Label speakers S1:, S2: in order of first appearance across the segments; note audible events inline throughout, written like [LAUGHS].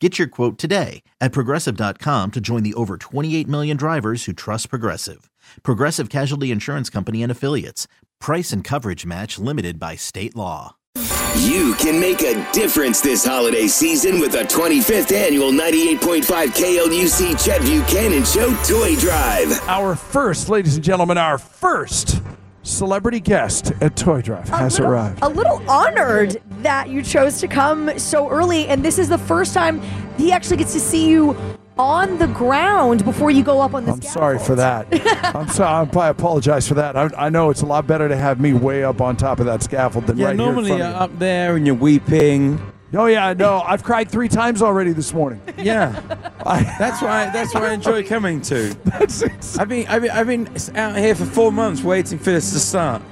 S1: Get your quote today at progressive.com to join the over 28 million drivers who trust Progressive. Progressive Casualty Insurance Company and Affiliates. Price and coverage match limited by state law.
S2: You can make a difference this holiday season with the 25th annual 98.5 KLUC Chet Buchanan Show Toy Drive.
S3: Our first, ladies and gentlemen, our first celebrity guest at Toy Drive
S4: a
S3: has
S4: little,
S3: arrived.
S4: A little honored that you chose to come so early, and this is the first time he actually gets to see you on the ground before you go up on the.
S3: I'm sorry for that. I'm sorry. I apologize for that. I, I know it's a lot better to have me way up on top of that scaffold than
S5: Yeah,
S3: right
S5: normally uh,
S3: here in
S5: you're
S3: front of
S5: up there and you're weeping.
S3: you. Oh yeah, no, I've cried three times already this
S5: [LAUGHS]
S3: morning.
S5: Yeah,
S3: I,
S5: that's why. That's why I [LAUGHS] enjoy coming to.
S3: that's it's-
S5: I've been, I've been, I've been out here for four months waiting for this to start.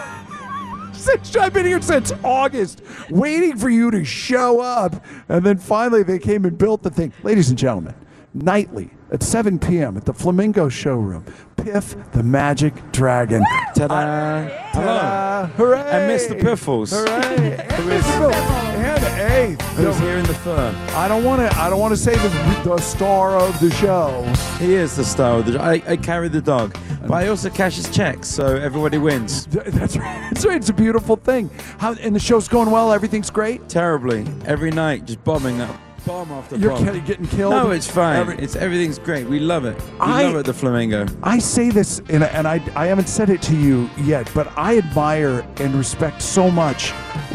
S3: [LAUGHS] since- I've been here since August, waiting for you to show up, and then finally they came and built the thing. Ladies and gentlemen, nightly at 7 p.m. at the Flamingo Showroom, Piff the Magic Dragon.
S5: Ta-da! Hello.
S3: Ta-da. Hooray!
S5: And Mr. Piffles,
S3: Hooray! Who is and a
S5: who's here in the firm.
S3: I don't want to. I don't want to say the, the star of the show.
S5: He is the star of the. I, I carry the dog, but I also cash his checks, so everybody wins.
S3: Th- That's right. That's right. It's a beautiful thing. How and the show's going well. Everything's great.
S5: Terribly, every night, just bombing that bomb after
S3: You're
S5: bomb.
S3: ki- getting killed.
S5: no, it's fine.
S3: Every-
S5: it's everything's great. We love it. We
S3: I-
S5: love it. at The flamingo.
S3: I say this, and, and I, I haven't said it to you yet, but I admire and respect so much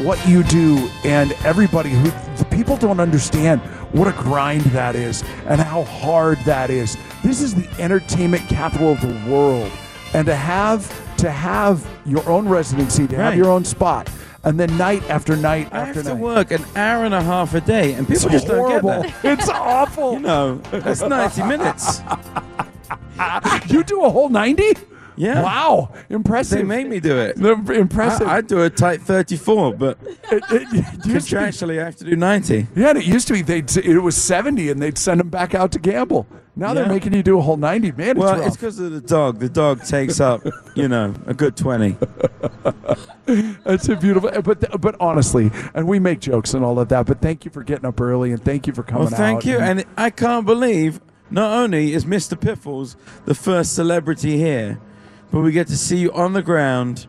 S3: what you do and everybody who the people don't understand what a grind that is and how hard that is. This is the entertainment capital of the world, and to have to have your own residency, to have
S5: Right.
S3: your own spot, and then night after night
S5: I
S3: after
S5: have to
S3: night.
S5: work an hour and a half a day, and
S3: It's
S5: people just don't
S3: horrible.
S5: get that. [LAUGHS]
S3: It's awful.
S5: You know, that's 90 [LAUGHS] minutes.
S3: You do a whole ninety?
S5: Yeah.
S3: Wow. Impressive.
S5: They made me do it.
S3: They're Impressive.
S5: I, I do a tight 34, but
S3: It- it- it used to be-
S5: contractually I have to do 90.
S3: yeah, and it used to be they it was seventy, and they'd send them back out to gamble. Now they're
S5: Yeah.
S3: making you do a whole ninety. Man,
S5: Well,
S3: it's,
S5: it's because of the dog. The dog takes up, you know, a good 20.
S3: rough. It's a beautiful. eh, But but honestly, and we make jokes and all of that. But thank you for getting up early, and thank you for coming.
S5: Well, thank
S3: out.
S5: you. And I can't believe not only is Mr. Piffles the first celebrity here, but we get to see you on the ground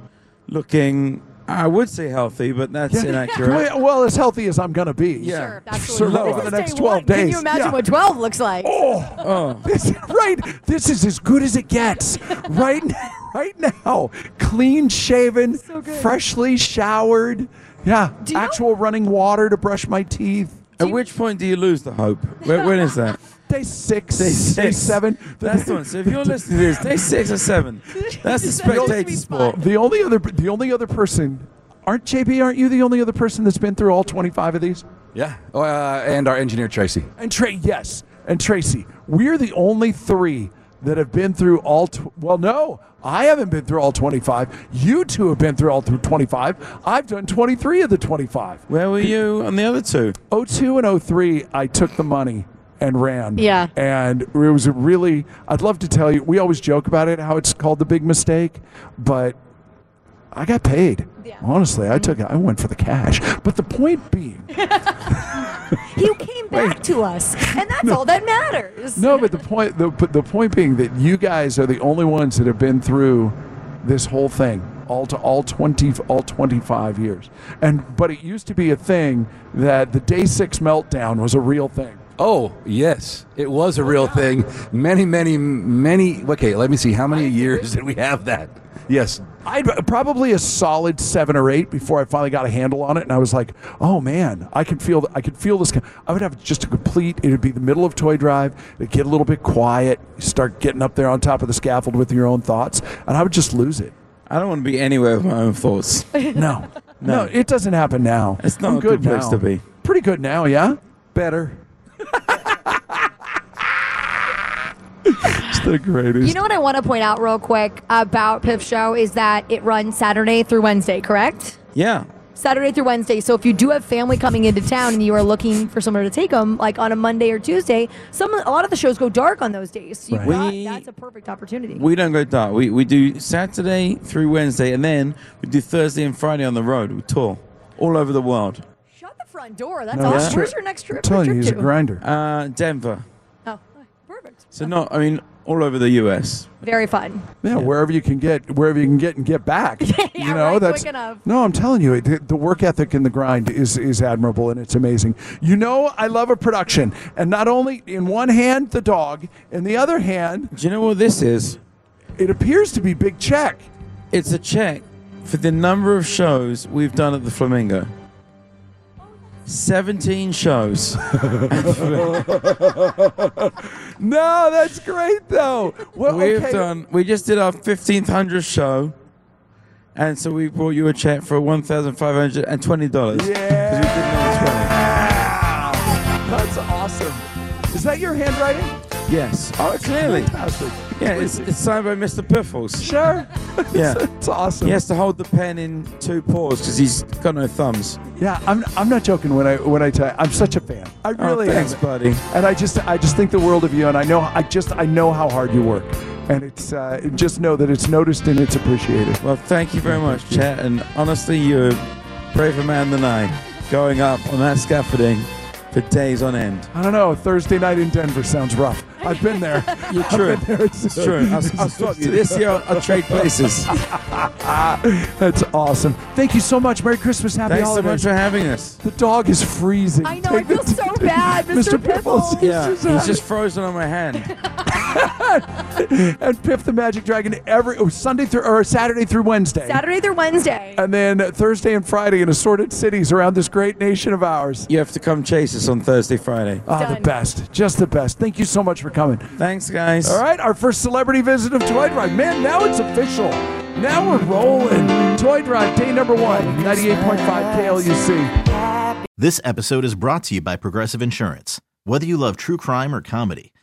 S5: looking, I would say healthy, but that's inaccurate.
S3: Well, well, as healthy as I'm gonna be.
S5: Yeah.
S4: Sure,
S3: [LAUGHS] Sir,
S4: absolutely.
S3: look
S4: This
S3: for
S4: is
S3: the
S4: day
S3: next 12
S4: one. Can
S3: days.
S4: you imagine
S3: Yeah.
S4: what 12 looks like?
S5: Uh.
S3: Oh, This, right. This is as good as it gets. Right, n- right now, clean shaven,
S4: good.
S3: freshly showered. Yeah,
S4: Do you know-
S3: actual running water to brush my teeth.
S5: At which point do you lose the hope? [LAUGHS] When, when is that?
S3: Day six,
S5: Day six.
S3: seven.
S5: That's the one. So if you're listening to this, day six or seven. That's the
S4: That's the
S5: spectator
S4: sweet
S5: sport.
S3: The only other, the only other person, aren't JB? Aren't you the only other person that's been through all twenty-five of these?
S6: Yeah, Oh, uh, and our engineer Tracy.
S3: And Trey, yes, and Tracy, we're the only three that have been through all. Tw- well, no, I haven't been through all twenty-five. You two have been through all through twenty-five. I've done twenty-three of the twenty-five.
S5: Where were you on the other two?
S3: 02 and 03, I took the money and ran.
S4: Yeah.
S3: And it was a really, I'd love to tell you, we always joke about it, how it's called the big mistake, but I got paid.
S4: Yeah.
S3: Honestly, I took I went for the cash. But the point being,
S4: You came back to us, and that's all that matters.
S3: [LAUGHS] no, but the point the but the point being that you guys are the only ones that have been through this whole thing all to all 20 all 25 years. And but it used to be a thing that the day 6 meltdown was a real thing.
S6: Oh, yes. It was a real thing. Many, many, many. Okay, let me see. How many years did we have that? Yes.
S3: I'd probably a solid seven or eight before I finally got a handle on it, and I was like, "Oh man, I can feel, I can feel this." I would have just a complete. It would be the middle of toy drive. It'd get a little bit quiet. You start getting up there on top of the scaffold with your own thoughts, and I would just lose it.
S5: I don't want to be anywhere with my own thoughts.
S3: No, no, it doesn't happen now.
S5: It's not
S3: I'm
S5: a good place
S3: now.
S5: to be.
S3: Pretty good now, yeah.
S6: Better.
S5: It's the greatest.
S7: You know what I want to point out real quick about Piff Show is that it runs Saturday through Wednesday, correct?
S5: yeah.
S7: Saturday through Wednesday. So if you do have family coming into town and you are looking for somewhere to take them, like on a Monday or Tuesday, some a lot of the shows go dark on those days. So you've
S5: Right.
S7: got-
S5: We-
S7: that's a perfect opportunity.
S5: We don't go dark. We, we do Saturday through Wednesday, and then we do Thursday and Friday on the road. We tour all over the world.
S7: Shut the front door. That's
S5: No,
S7: awesome.
S5: that's
S7: Where's
S3: true.
S7: your next trip?
S3: I'm telling you,
S7: trip
S3: he's a
S7: to?
S3: grinder.
S5: Uh, Denver.
S7: Oh, perfect.
S5: So not, I mean, all over the U.S.
S7: Very fun.
S3: Yeah, wherever you can get, wherever you can get and get back.
S7: [LAUGHS]
S3: you know,
S7: right,
S3: that's
S7: quick enough.
S3: no. I'm telling you, the, the work ethic and the grind is is admirable and it's amazing. You know, I love a production, and not only in one hand the dog, in the other hand
S5: Do you know what this is?
S3: it appears to be big check.
S5: It's a check for the number of shows we've done at the Flamingo. 17 shows.
S3: No, that's great though. Well,
S5: We've
S3: okay.
S5: done. We just did our fifteenth hundred show, and so we brought you a check for one thousand five hundred and twenty dollars.
S3: Yeah, that's awesome. Is that your handwriting?
S5: Yes. Oh, clearly.
S3: Fantastic.
S5: Yeah, it's, it's signed by
S3: [LAUGHS]
S5: Mr. Piffles.
S3: Sure.
S5: Yeah.
S3: it's awesome.
S5: He has to hold the pen in two paws because he's got no thumbs.
S3: Yeah, I'm, I'm not joking when I when I tell you, I'm such a fan. I
S5: Oh,
S3: really
S5: thanks,
S3: am.
S5: buddy.
S3: And I just I just think the world of you and I know I just I know how hard you work. And it's uh, just know that it's noticed and it's appreciated.
S5: Well, thank you very much, Chet. And honestly, you're a braver man than I, going up on that scaffolding for days on end.
S3: I don't know, Thursday night in Denver sounds rough. I've been
S5: [LAUGHS]
S3: there.
S5: You're true. It's true. I'll, I'll stop you. This year, I'll, I'll
S3: [LAUGHS]
S5: trade places.
S3: That's awesome. Thank you so much. Merry Christmas. Happy
S5: Thanks so much
S3: holidays.
S5: for having us.
S3: the dog is freezing.
S7: I know. I
S3: Take the-
S7: feel so
S3: [LAUGHS]
S7: bad, Mr.
S3: Mr. Piffles.
S7: Piffles.
S5: Yeah,
S3: just
S5: he's
S3: having-
S5: just frozen on my hand.
S3: and Piff the Magic Dragon every oh, Sunday through or Saturday through Wednesday.
S7: Saturday through Wednesday.
S3: And then Thursday and Friday in assorted cities around this great nation of ours.
S5: You have to come chase us on Thursday, Friday.
S3: Ah, the
S7: Done.
S3: best. Just the best. Thank you so much for coming.
S5: Thanks, guys.
S3: All right, our first celebrity visit of Toy Drive. Man, now it's official. Now we're rolling. Toy Drive, day number one, 98.5 KLUC.
S1: This episode is brought to you by Progressive Insurance. Whether you love true crime or comedy,